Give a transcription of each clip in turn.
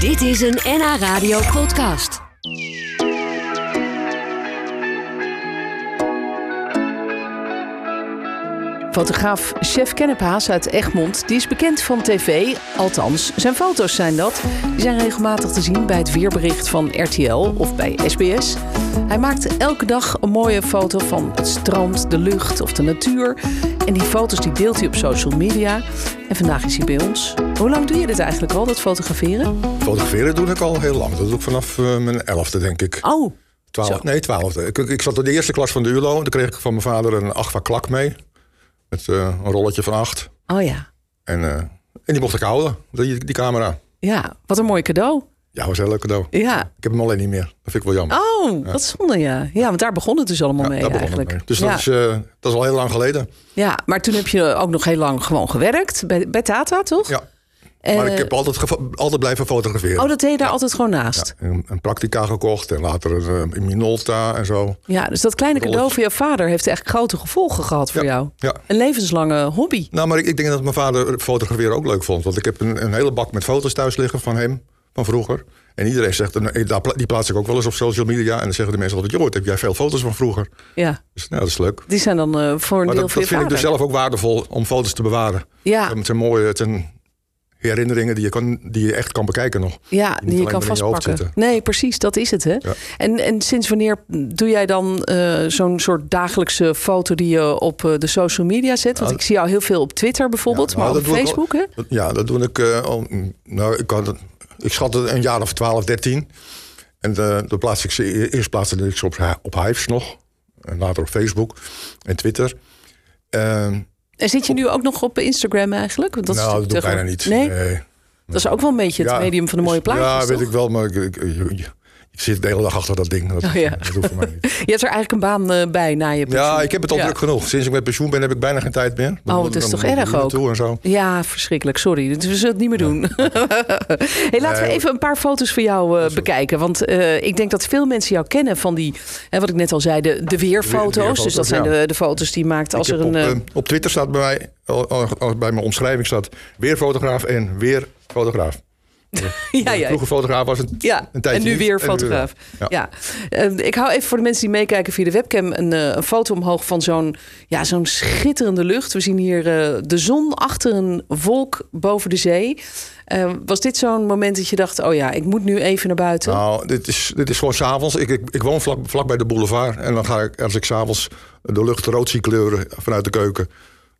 Dit is een NH Radio podcast. Fotograaf Chef Kennep Haas uit Egmond, die is bekend van tv, althans zijn foto's zijn dat. Die zijn regelmatig te zien bij het weerbericht van RTL of bij SBS. Hij maakt elke dag een mooie foto van het strand, de lucht of de natuur. En die foto's die deelt hij op social media. En vandaag is hij bij ons. Hoe lang doe je dit eigenlijk al, dat fotograferen? Fotograferen doe ik al heel lang. Dat doe ik vanaf eh, mijn elfde, denk ik. Oh, zo. Twaalf, nee, twaalfde. Ik, ik zat in de eerste klas van de ULO. Daar kreeg ik van mijn vader een aqua klak mee. Met eh, een rolletje van acht. oh ja. En, eh, en die mocht ik houden, die, die camera. Ja, wat een mooi cadeau. Ja, was een heel leuk cadeau. Ja, Ik heb hem alleen niet meer. Dat vind ik wel jammer. Oh, wat zonde ja. Ja, want daar begon het dus allemaal Ja, mee daar begon het eigenlijk. mee. Dus ja. dat, is, eh, dat is al heel lang geleden. ja, maar toen heb je ook nog heel lang gewoon gewerkt bij, bij Tata, toch? Ja. En, Maar eh, ik heb altijd, gevo- altijd blijven fotograferen. Oh, dat deed je daar altijd gewoon naast. Een, een Praktica gekocht en later eh, een, een Minolta en zo. Ja, dus dat kleine Rolletje. cadeau van je vader heeft echt grote gevolgen gehad voor Ja, jou. ja. Een levenslange hobby. Nou, maar ik, ik denk dat mijn vader fotograferen ook leuk vond. Want ik heb een, een hele bak met foto's thuis liggen van hem, van vroeger. En iedereen zegt, en, eh, daar pla- die plaats ik ook wel eens op social media. En dan zeggen de mensen altijd, joh, wat heb jij veel foto's van vroeger? Ja, Dus nou, dat is leuk. die zijn dan eh, voor een Maar deel van dat, dat je vind ik vader. Ah. dus zelf Ehm, ook waardevol om foto's te bewaren. Ja, Het zijn mooie, het zijn herinneringen die je, kan, die je echt kan bekijken nog. ja die je alleen kan maar in je hoofd vastpakken. Nee, precies, dat is het hè. Ja. En, en sinds wanneer doe jij dan eh, zo'n soort dagelijkse foto die je op eh, de social media zet? Want Nou, ik zie jou heel veel op Twitter bijvoorbeeld, Ja, nou, maar dat op doe ik wel. Facebook hè? Dat- Ja, dat doe ik. eh, al, mm, nou, ik, had, het- ik schat het een jaar of 12, 13. En eh, dan plaats ik ze, eerst plaatste ik ze op, Hi- op Hives nog. En later op Facebook en Twitter. Ehm, En zit je nu ook nog op Instagram eigenlijk? Want dat is nou, dat doe ik natuurlijk bijna niet. tegenwoordig- Nee? dat is ook wel een beetje het Ja, medium van de mooie plaatjes. Ja, weet toch? ik wel, maar ik, ik, ik- ik zit de hele dag achter dat ding. Dat, Oh, ja. dat hoeft voor mij niet. Je hebt er eigenlijk een baan eh, bij na je pensioen. Ja, ik heb het al Ja. druk genoeg. Sinds ik met pensioen ben, heb ik bijna geen tijd meer. Dan Oh, moet- dat is toch dan moet ik erg hier ook? naartoe En zo. Ja, verschrikkelijk. Sorry, dus we zullen het niet meer doen. hey, laten we Nee. even een paar foto's van jou eh, bekijken. Want eh, ik denk dat veel mensen jou kennen van die, hè, wat ik net al zei, de, de weerfoto's. weerfoto's, dus dat zijn ja. de, de foto's die je maakt als Ik er heb een... eh, op, eh, op Twitter staat bij mij, al- al- al- bij mijn omschrijving staat weerfotograaf en weerfotograaf. ja, ja, Vroeger fotograaf was het Ja, een tijdje en nu niet, weer fotograaf. Ja. ja. Eh, ik hou even voor de mensen die meekijken via de webcam een, eh, een foto omhoog van zo'n ja, zo'n schitterende lucht. We zien hier eh, de zon achter een wolk boven de zee. Eh, was dit zo'n moment dat je dacht, oh ja, ik moet nu even naar buiten? Nou, dit is, dit is gewoon s'avonds. Ik, ik, ik woon vlak, vlak bij de boulevard. En dan ga ik, als ik s'avonds de lucht rood zie kleuren vanuit de keuken...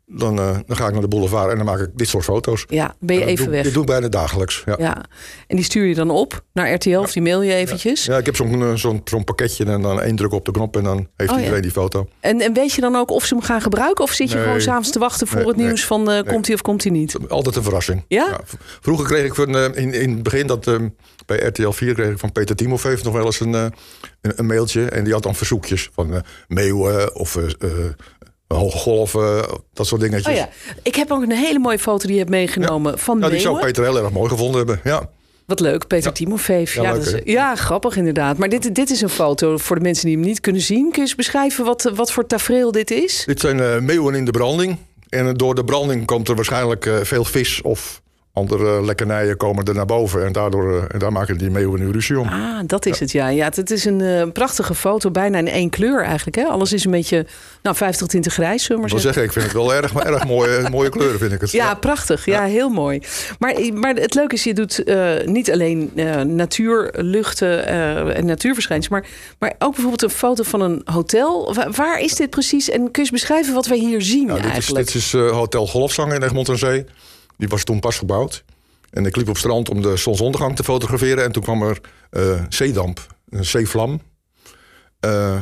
Dan, eh, dan ga ik naar de boulevard en dan maak ik dit soort foto's. ja, ben je En dat even doe, weg. Dit doe ik bijna dagelijks. Ja, ja. Ja. En die stuur je dan op naar RTL of die mail je eventjes. ik heb zo'n eh, zo'n zo'n pakketje en dan één druk op de knop... en dan heeft Oh, ja. iedereen die foto. En, en weet je dan ook of ze hem gaan gebruiken? Of zit je Nee. gewoon s'avonds te wachten voor Nee, het nee. nieuws van eh, komt hij of komt hij niet? Altijd een verrassing. Ja? v- Vroeger kreeg ik van, eh, in, in het begin dat eh, bij RTL 4 kreeg ik van Peter Timofeev nog wel eens een, eh, een, een mailtje. En die had dan verzoekjes van eh meeuwen of eh eh, hoge golven, dat soort Oh dingetjes. ja, ik heb ook een hele mooie foto die je hebt meegenomen van Nou, die zou Meeuwen. Peter heel erg mooi gevonden hebben. Ja, Wat leuk, Peter Timofeef. Ja, Ja, leuk, dat is- hè? ja, grappig inderdaad. Maar dit, dit is een foto voor de mensen die hem niet kunnen zien. Kun je eens beschrijven wat, wat voor tafereel dit is? dit zijn eh, meeuwen in de branding. En eh, door de branding komt er waarschijnlijk eh, veel vis of andere eh, lekkernijen komen er naar boven. En daardoor eh, en daar maken die meeuwen nu ruzie om. Ah, dat is het, ja. ja het, het is een eh, prachtige foto, bijna in één kleur eigenlijk. Hè? Alles is een beetje, nou, 50 tinten grijs, zullen we Ik maar wil zeggen. zeggen, ik vind het wel erg, maar erg mooie, mooie kleuren vind ik het. Ja, prachtig. Ja, heel mooi. Maar, maar het leuke is, je doet eh, niet alleen eh, natuur, luchten eh, en natuurverschijnselen... Maar, maar ook bijvoorbeeld een foto van een hotel. Wa- waar is dit precies? En kun je eens beschrijven wat wij hier zien Nou, dit is, eigenlijk? dit is eh, Hotel Golfzang in Egmond aan Zee. Die was toen pas gebouwd. En ik liep op strand om de zonsondergang te fotograferen. En toen kwam er eh, zeedamp, een zeevlam. Eh,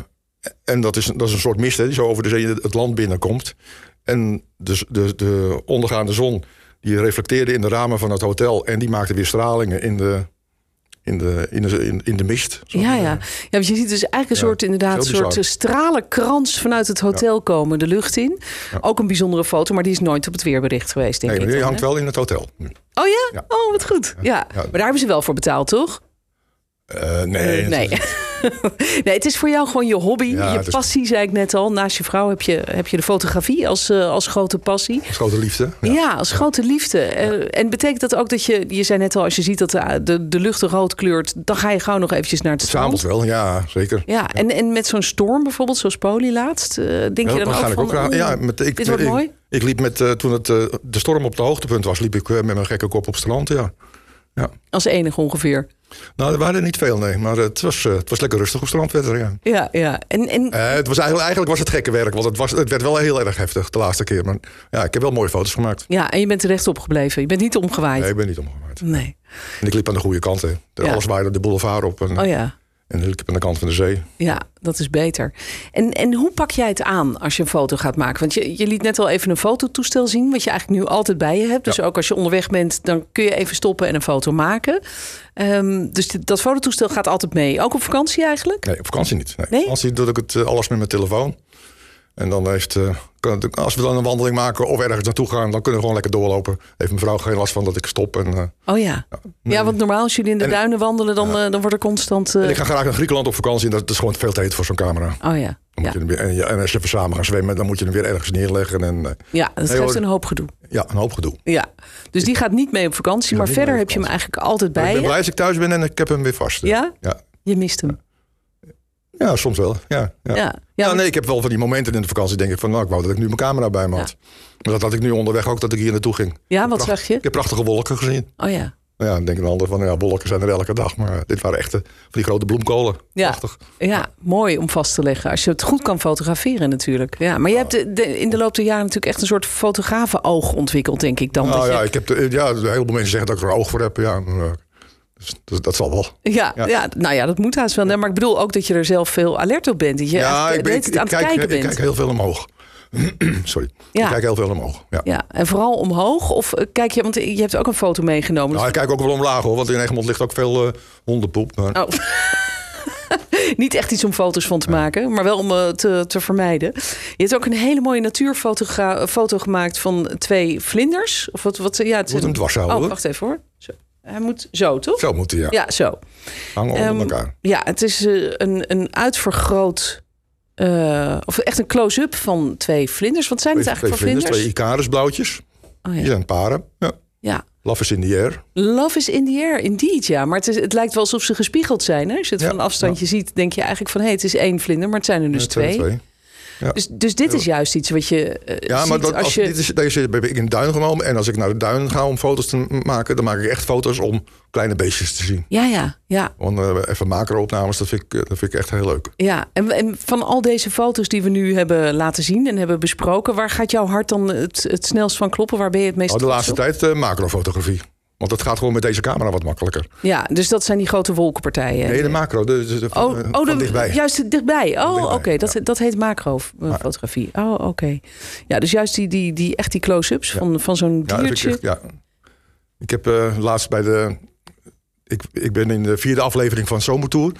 en dat is, dat is een soort mist hè, die zo over de zee het land binnenkomt. En de, z- de, de ondergaande zon die reflecteerde in de ramen van het hotel. En die maakte weer stralingen in de, in de, in de, in, in de mist. Zo. Ja, ja. ja, want je ziet dus eigenlijk een Ja, soort, inderdaad, een heel bizar. soort eh, stralenkrans vanuit het hotel komen, de lucht in. Ook een bijzondere foto, maar die is nooit op het weerbericht geweest, denk Nee, maar ik. die dan, hangt hè? wel in het hotel. Oh ja? Ja. Oh, wat goed. Ja. Ja. maar daar hebben ze wel voor betaald, toch? Eh, nee, nee. dat- nee, het is voor jou gewoon je hobby, Ja, je het is- passie, zei ik net al. Naast je vrouw heb je, heb je de fotografie als, eh, als grote passie. Dat is grote liefde. Ja, als grote liefde. Eh, en betekent dat ook dat je, je zei net al, als je ziet dat de, de, de lucht rood kleurt, dan ga je gauw nog eventjes naar het strand. S'avonds wel, ja, zeker. Ja, en, en met zo'n storm bijvoorbeeld, zoals Poli laatst, eh, denk Ja, je dan dat ook ga ik van, ook raden. oeh, Ja, met, ik, dit wordt ik, mooi? Ik liep met, eh, toen het, eh, de storm op het hoogtepunt was, liep ik eh, met mijn gekke kop op het strand, ja. Als enige ongeveer. Nou, er waren er niet veel, nee. Maar het was, eh, het was lekker rustig op het strand verder, ja. Ja, ja. En, en Eh, het was eigenlijk, eigenlijk was het gekke werk, want het, was, het werd wel heel erg heftig de laatste keer. Maar ja, ik heb wel mooie foto's gemaakt. Ja, en je bent terecht opgebleven. Je bent niet omgewaaid. Nee, Nee. ik ben niet omgewaaid. En ik liep aan de goede kant, hè. De- Ja. Alles waaide de boulevard op en, Oh ja. en ik liep aan de kant van de zee. Ja, dat is beter. En, en hoe pak jij het aan als je een foto gaat maken? Want je, je liet net al even een fototoestel zien, wat je eigenlijk nu altijd bij je hebt. Dus ook als je onderweg bent, dan kun je even stoppen en een foto maken. Ehm, dus dit- dat fototoestel gaat altijd mee. Ook op vakantie eigenlijk? Nee, op vakantie niet. Nee. Nee? Op vakantie doe ik het eh, alles met mijn telefoon. En dan heeft, eh, kan het- als we dan een wandeling maken of ergens naartoe gaan, dan kunnen we gewoon lekker doorlopen. Heeft mijn vrouw geen last van dat ik stop. En, eh, Oh ja. Ja, want normaal als jullie in de En- duinen wandelen, dan, eh, dan wordt er constant... eh, en ik ga graag naar Griekenland op vakantie en dat is gewoon veel te heet voor zo'n camera. Dan Oh ja. Ja, moet je hem weer, en, ja, en als je even samen gaan zwemmen, dan moet je hem weer ergens neerleggen. En, eh, ja dat Nee, geeft hoor. een hoop gedoe. ja, een hoop gedoe. Ja. Dus die gaat niet mee op vakantie, maar niet mee verder op heb je hem eigenlijk altijd bij ik ben je. blij als ik thuis ben en ik heb hem weer vast. Ja? Ja, Je mist hem. Ja, soms wel. Ja, ja. Ja. Ja, Ja, nee, ik heb wel van die momenten in de vakantie denk ik van, nou, ik wou dat ik nu mijn camera bij me had. Maar dat had ik nu onderweg ook, dat ik hier naartoe ging. Ja, wat Prachtig. zag je? Ik heb prachtige wolken gezien. Oh ja. Nou ja, dan denk een ander van, ja, wolken zijn er elke dag. Maar dit waren echte, van die grote bloemkolen. Ja. Prachtig. Ja, mooi om vast te leggen. Als je het goed kan fotograferen natuurlijk. Ja, maar je hebt de- de- in de loop der jaren natuurlijk echt een soort fotografenoog ontwikkeld, denk ik dan. dat Nou je- ja, ik heb, de- ja, een heleboel mensen zeggen dat ik er oog voor heb. Ja, maar, dus, dus dat zal wel. ja, ja. ja. nou ja, dat moet haast wel. Nee, maar ik bedoel ook dat je er zelf veel alert op bent. Dat je echt, eh, de hele tijd aan het kijk, kijken ik bent. kijk heel veel omhoog. Sorry. Ja. Ik kijk heel veel omhoog, ja. ja, en vooral omhoog? Of eh, kijk je, want je hebt ook een foto meegenomen. Nou, ik kijk ook wel omlaag hoor, want in Egmond ligt ook veel eh, hondenpoep. Maar, Oh. Niet echt iets om foto's van te maken, maar wel om eh, te, te vermijden. Je hebt ook een hele mooie natuurfoto ga- foto gemaakt van twee vlinders. Of wat, wat, ja, het Moet hem dwars houden, Oh, hoor. wacht even hoor. Zo. Hij moet zo, toch? Zo moet hij, ja. Ja, zo. Hangen onder Ehm, elkaar. Ja, het is eh, een, een uitvergroot... eh, of echt een close-up van twee vlinders. Wat zijn het Twee, twee eigenlijk vlinders, voor twee vlinders? Icarusblauwtjes. Die Oh, ja. zijn paren. Ja. ja. Love is in the air. Love is in the air, indeed, ja. Maar het, is, het lijkt wel alsof ze gespiegeld zijn. Hè? Als je het Ja, van een afstandje ziet, denk je eigenlijk van... hé, het is één vlinder, maar het zijn er dus Ja, twee. Dus, dus dit is juist iets wat je eh, Ja, ziet maar dat, als, als je... dit is, deze heb ik in de duin genomen. En als ik naar de duin ga om foto's te m- maken, dan maak ik echt foto's om kleine beestjes te zien. Ja, ja, ja. Want eh, even macro-opnames, dat vind, ik, eh, dat vind ik echt heel leuk. ja. En, en van al deze foto's die we nu hebben laten zien en hebben besproken... waar gaat jouw hart dan het, het snelst van kloppen? Waar ben je het meest Nou, de trots laatste op? tijd eh, macrofotografie. Want dat gaat gewoon met deze camera wat makkelijker. Ja, dus dat zijn die grote wolkenpartijen. Nee, de macro, de, de- de- van, oh, eh, oh van de- dichtbij. juist dichtbij. Oh, oké. dichtbij, dat, dat heet macrofotografie. Oh, oké. Ja, dus juist die, die, die, echt die close-ups van, van zo'n Ja, dat vind diertje. ik, echt- ja. ik heb eh, laatst bij de... Ik, ik ben in de vierde aflevering van Zomertour.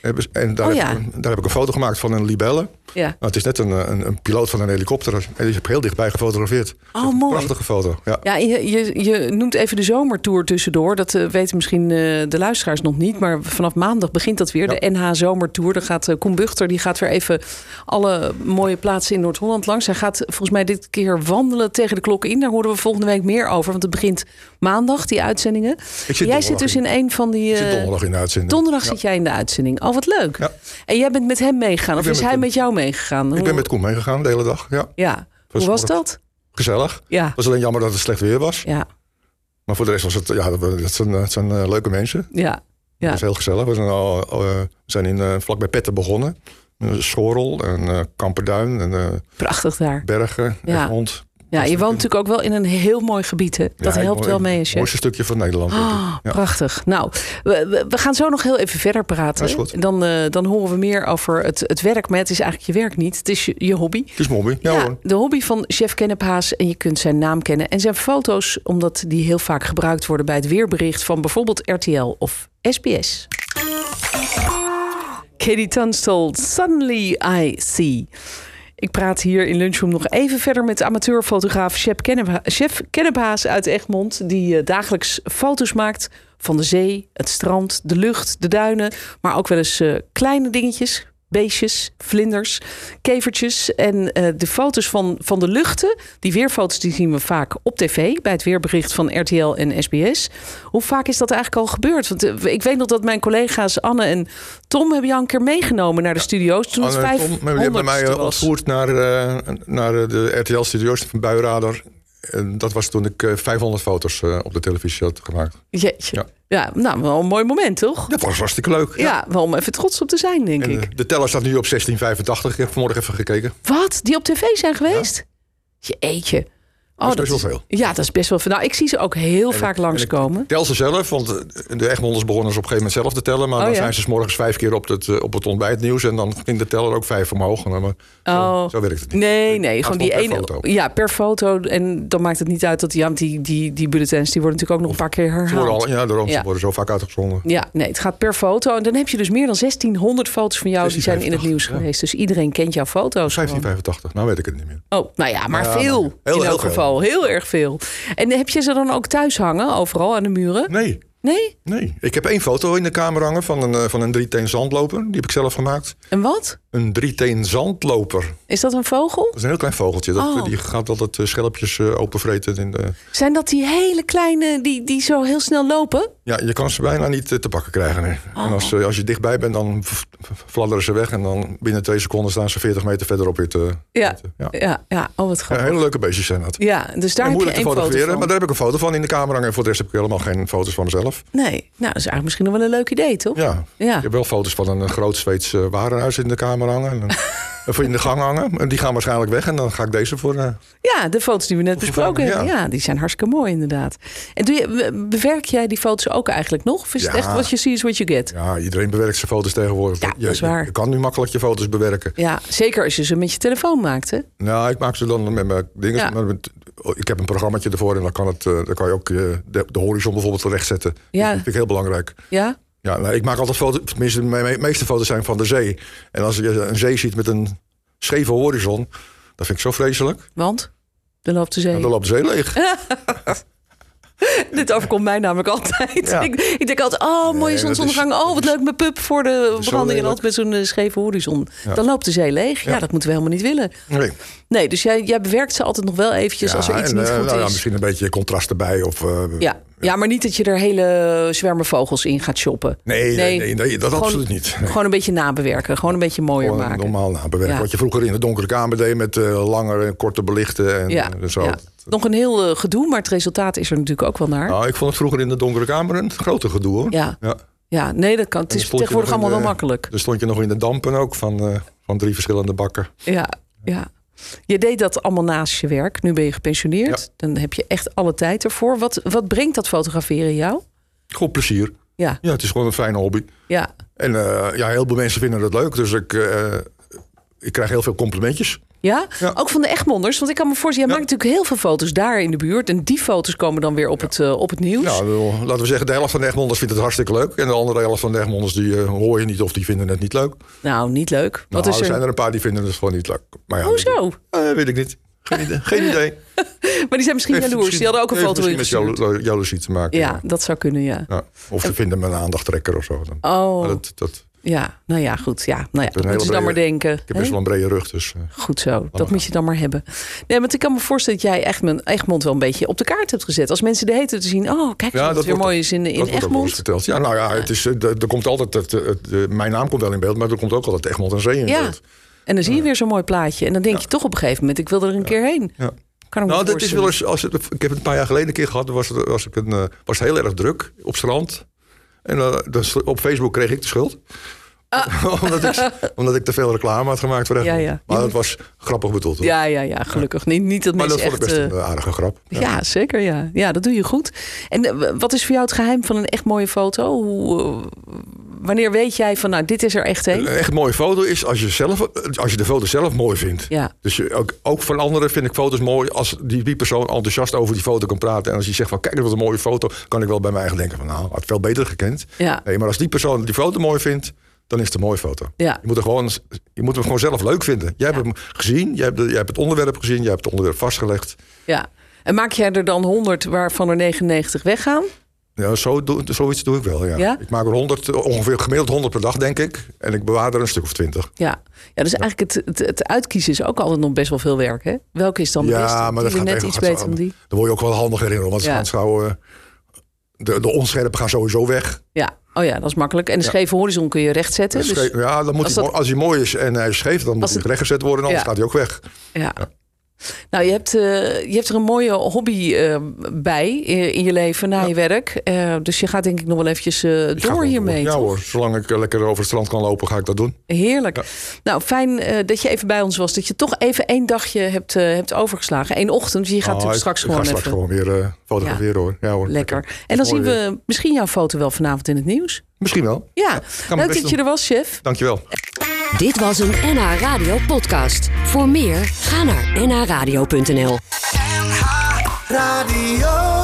Hebben ze- En daar, Oh, heb, ik- daar heb ik een foto gemaakt van een libelle. ja. Nou, het is net een, eh, een, een piloot van een helikopter. En die heb ik heel dichtbij gefotografeerd. Oh, mooi. Prachtige foto. Ja. Ja, je, je, je noemt even de zomertour tussendoor. Dat eh, weten misschien eh, de luisteraars nog niet. Maar vanaf maandag begint dat weer. Ja. De NH Zomertour. Daar gaat eh, Koen Buchter die gaat weer even alle mooie plaatsen in Noord-Holland langs. Hij gaat volgens mij dit keer wandelen tegen de klok in. Daar horen we volgende week meer over. Want het begint maandag, die uitzendingen. zit Jij zit donderdag dus in in. een van die... Ik zit eh, donderdag in de uitzending. Donderdag Ja. zit jij in de uitzending. Oh, wat leuk. Ja. En jij bent met hem meegegaan? Of ben is met hij hem. met jou meegegaan? Ik Hoe- ben met Koen meegegaan de hele dag. Ja, Ja. Hoe was morgens. dat? gezellig. Ja. Het was alleen jammer dat het slecht weer was. Ja. Maar voor de rest was het... Ja, dat, dat zijn, eh, het zijn eh, leuke mensen. Ja. Ja. Dat was heel gezellig. We zijn, al, al, eh, we zijn in, eh, vlak bij Petten begonnen. Eh, Schorel en eh, Kamperduin en eh, Prachtig daar. Bergen Ja. en Hond. Ja, je woont natuurlijk ook wel in een heel mooi gebied. Hè? Dat Ja, helpt mooi- wel mee als Het je. mooiste stukje van Nederland. denk ik. Ah, Ja. Prachtig. Nou, we, we- we gaan zo nog heel even verder praten. Dat is goed. Dan, eh, dan horen we meer over het, het werk. Maar het is eigenlijk je werk niet. Het is je, je hobby. Het is mooi. Ja, hoor. de hobby van chef Kennep Haas. En je kunt zijn naam kennen. En zijn foto's, omdat die heel vaak gebruikt worden bij het weerbericht van bijvoorbeeld RTL of SBS. Katie Tunstall, Suddenly I See. Ik praat hier in Lunchroom nog even verder met amateurfotograaf Chef Kennephaas uit Egmond... die eh, dagelijks foto's maakt van de zee, het strand, de lucht, de duinen. Maar ook wel eens eh, kleine dingetjes, beestjes, vlinders, kevertjes. En eh, de foto's van, van de luchten, die weerfoto's die zien we vaak op tv... bij het weerbericht van RTL en SBS. Hoe vaak is dat eigenlijk al gebeurd? Want eh, ik weet nog dat mijn collega's Anne en Tom... hebben jou een keer meegenomen naar de studio's toen het Anne en Tom, maar 500 die hebben mij eh, was. ontvoerd naar, eh, naar eh, de RTL-studio's van Buiradar. En dat was toen ik eh, 500 foto's eh, op de televisie had gemaakt. Jeetje. Ja. Ja. nou, wel een mooi moment, toch? Dat was hartstikke leuk. Ja, wel om even trots op te zijn, denk En, eh, ik. de teller staat nu op 1685. Ik heb vanmorgen even gekeken. Wat? Die op tv zijn geweest? Je eetje. Oh, Dat is best wel veel. Ja, dat is best wel veel. Nou, ik zie ze ook heel vaak langskomen. Tel ze zelf, want eh, de Egmonders begonnen ze op een gegeven moment zelf te tellen. Maar Oh, dan ja. zijn ze 's morgens vijf keer op het, eh, op het ontbijtnieuws. En dan ging de teller ook vijf omhoog. Maar Oh. zo, zo werkt het niet. Nee, nee, Gaat gewoon die gewoon per ene. foto. Ja, per foto. En dan maakt het niet uit dat die, ja, want die, die, die bulletins die worden natuurlijk ook nog een paar keer Ze worden al, herhaald. ja, daarom, Ja. Ze worden zo vaak uitgezonden. Ja, nee, het gaat per foto. En dan heb je dus meer dan 1600 foto's van jou die zijn in het nieuws 1685, ja. geweest. Dus iedereen kent jouw foto's. gewoon. 1585, nou weet ik het niet meer. Oh, nou ja, maar Ja, veel. maar heel- in heel elk veel. geval, heel erg veel. En heb je ze dan ook thuis hangen, overal aan de muren? Nee, Nee? nee. Ik heb één foto in de kamer hangen van een, eh, van een drieteen zandloper. Die heb ik zelf gemaakt. En wat? Een drieteen zandloper. Dat Is dat een vogel? is een heel klein vogeltje. Dat, Oh. Die gaat altijd eh, schelpjes eh, openvreten. In de... Zijn dat die hele kleine die, die zo heel snel lopen? Ja, je kan ze bijna niet eh, te pakken krijgen. nee. En als, Oh. eh, als je dichtbij bent, dan v- v- fladderen ze weg. En dan binnen twee seconden staan ze 40 meter verderop weer te... Ja, Ja. ja, ja. oh wat Ja, grappig. hele leuke beestjes zijn dat. Ja, dus daar En heb je moeilijk te één foto fotograferen, van. maar daar heb ik een foto van in de kamer hangen. En voor de rest heb ik helemaal geen foto's van mezelf. Nee, nou dat is eigenlijk misschien nog wel een leuk idee, toch? Ja. Ja. Ik heb wel foto's van een eh, groot Zweeds eh, warenhuis in de kamer hangen. En, eh, of in de gang hangen. En die gaan waarschijnlijk weg. En dan ga ik deze voor. eh, Ja, de foto's die we net Of besproken vervangen, hebben. Ja. die zijn hartstikke mooi inderdaad. En doe je, bewerk jij die foto's ook eigenlijk nog? Of is het Ja. echt what you see is what you get? Ja. ja, iedereen bewerkt zijn foto's tegenwoordig. Ja, je, dat is waar. Je, kan nu makkelijk je foto's bewerken. zeker als je ze met je telefoon maakt, hè? Nou, ik maak ze dan met mijn dingen. Ja. maar met- oh, Ik heb een programmaatje ervoor. En dan kan, het, eh, dan kan je ook eh, de, de horizon bijvoorbeeld rechtzetten. Ja. Dat vind ik heel belangrijk. Ja? Ja, nou, ik maak altijd foto's. Tenminste, mijn me- meeste foto's zijn van de zee. En als je een zee ziet met een scheve horizon. Dat vind ik zo vreselijk. Want? Dan loopt de zee. En dan loopt de zee leeg. Dit overkomt mij namelijk altijd. Ja. Ik, ik denk altijd, oh, mooie dat zonsondergang. is- oh, wat leuk, mijn pup voor de is zo branding. En lelijk. altijd met zo'n eh, scheve horizon. Ja. Dan loopt de zee leeg. Ja. Ja. dat moeten we helemaal niet willen. Nee. Nee, dus jij, jij bewerkt ze altijd nog wel eventjes Dus als er iets en, niet eh, goed nou ja, is. misschien een beetje contrast erbij. Of, eh, Ja. ja, maar niet dat je er hele zwermen vogels in gaat shoppen. Nee, nee, nee, nee, dat Gewoon- absoluut niet. Nee. Gewoon een beetje nabewerken. Gewoon een beetje mooier Gewoon maken. normaal nabewerken. Ja. Wat je vroeger in de donkere kamer deed met eh langer en korte belichten en, eh, dus Ja, en zo. ja. Nog een heel eh, gedoe, maar het resultaat is er natuurlijk ook wel naar. Nou, ik vond het vroeger in de donkere kamer een grote gedoe hoor. Ja. Ja, nee, dat kan. Het dan is stond je tegenwoordig nog in allemaal wel de- makkelijk. Dan stond je nog in de dampen ook van, eh, van drie verschillende bakken. Ja, ja. Je deed dat allemaal naast je werk. Nu ben je gepensioneerd. Ja. Dan heb je echt alle tijd ervoor. Wat, wat brengt dat fotograferen jou? Gewoon plezier. Ja, Ja, het is gewoon een fijne hobby. ja. En eh, ja, heel veel mensen vinden dat leuk. Dus ik, eh, ik krijg heel veel complimentjes. Ja? Ja. ook van de Egmonders. Want ik kan me voorstellen, jij Ja. maakt natuurlijk heel veel foto's daar in de buurt. En die foto's komen dan weer op, het, eh, op het nieuws. Nou, ik bedoel, laten we zeggen, de helft van de Egmonders vindt het hartstikke leuk. En de andere helft van de Egmonders die eh, hoor je niet of die vinden het niet leuk. Nou, niet leuk. Wat nou, is er? zijn er een paar die vinden het gewoon niet leuk. Maar ja, Hoezo? eh, weet ik niet. Geen idee. Geen idee. Maar die zijn misschien Heeft jaloers. Die misschien- hadden ook een heeft foto misschien ingestuurd. met jalo- jaloezie te maken. Ja, dat zou kunnen, ja. Ja. Of ze vinden me een aandachttrekker of zo. Dan. Oh, Maar dat, dat, ja. Nou ja, goed. Ja, nou ja, dat hele moeten ze dan maar brede- denken. ik heb hè? best wel een brede rug, dus eh, Goed zo, dat moet je dan maar hebben. Nee, want ik kan me voorstellen dat jij Egmond, Egmond wel een beetje op de kaart hebt gezet. Als mensen de hete te zien, oh kijk, wat weer wordt- mooi is in, in dat wordt ook wel eens Egmond. verteld. Ja, nou ja, het is, eh, er er komt altijd, het, het, eh, mijn naam komt wel in beeld, maar er komt ook altijd Egmond en Zee in Ja, beeld. en dan zie je weer zo'n mooi plaatje. En dan denk je toch op een gegeven moment, ik wil er een keer heen. Ja. Kan ik me Nou, dat is voorstellen. wel eens. Als het, ik heb het een paar jaar geleden een keer gehad. Was, het- was, ik een, eh, was het heel erg druk op strand. En eh, dus op Facebook kreeg ik de schuld. omdat, ik, omdat ik te veel reclame had gemaakt voor Egmond. Ah. Ja, ja. Maar dat was grappig bedoeld. hoor. Ja, ja, ja, gelukkig. Niet, niet dat maar mensen dat vond ik echt... best eh, een eh, aardige grap. ja. zeker, ja. Ja, dat doe je goed. En eh, wat is voor jou het geheim van een echt mooie foto? Hoe, eh, wanneer weet jij van, nou, dit is er echt Een een? echt mooie foto is als je, zelf, als je de foto zelf mooi vindt. Ja, Dus je- ook, ook van anderen vind ik foto's mooi als die, die persoon enthousiast over die foto kan praten. En als die zegt van kijk wat een mooie foto, kan ik wel bij mij eigen denken van nou, had veel beter gekend. ja, Nee, maar als die persoon die foto mooi vindt, dan is het een mooie foto. ja. Je moet, er gewoon, je moet hem gewoon zelf leuk vinden. Jij hebt hem gezien, jij hebt, de- jij hebt het onderwerp gezien, jij hebt het onderwerp vastgelegd. Ja. En maak jij er dan 100 waarvan er 99 weggaan? Ja, zo doe, zoiets doe ik wel, ja. Ja? Ik maak er 100, ongeveer gemiddeld 100 per dag, denk ik. En ik bewaar er een stuk of 20. Ja, ja dus eigenlijk het, het, het uitkiezen is ook altijd nog best wel veel werk. Hè? Welke is dan de beste? Ja, maar dat Die gaat weer net echt- iets gaat- beter dan die. Daar word je ook wel handiger in, hoor, want Ja. anders zou, eh, de, de onscherpen gaan sowieso weg. Ja, oh ja, dat is makkelijk. En de scheve horizon kun je recht zetten. Dus, Scheef- ja, dan moet als hij dat- mo- als hij mooi is en hij is scheef, dan moet Als hij het- rechtgezet worden. Anders Ja. gaat hij ook weg. ja. Nou, je hebt, eh, je hebt er een mooie hobby eh, bij eh, in je leven na je werk. Eh, dus je gaat denk ik nog wel eventjes eh, Ik ga door gewoon hiermee. door. Ja toch? hoor, zolang ik eh, lekker over het strand kan lopen, ga ik dat doen. Heerlijk. Ja. Nou, fijn eh, dat je even bij ons was. Dat je toch even één dagje hebt, eh, hebt overgeslagen. Eén ochtend. Je gaat Ah, natuurlijk ik- straks ik gewoon ga straks even. gewoon weer eh, fotograferen hoor. Ja hoor. Lekker. En dan Mooi zien weer. we misschien jouw foto wel vanavond in het nieuws. Misschien wel. Ja, mijn leuk best dat je doen. er was, chef. Dankjewel. Dit was een NH Radio podcast. Voor meer, ga naar nhradio.nl. NH Radio.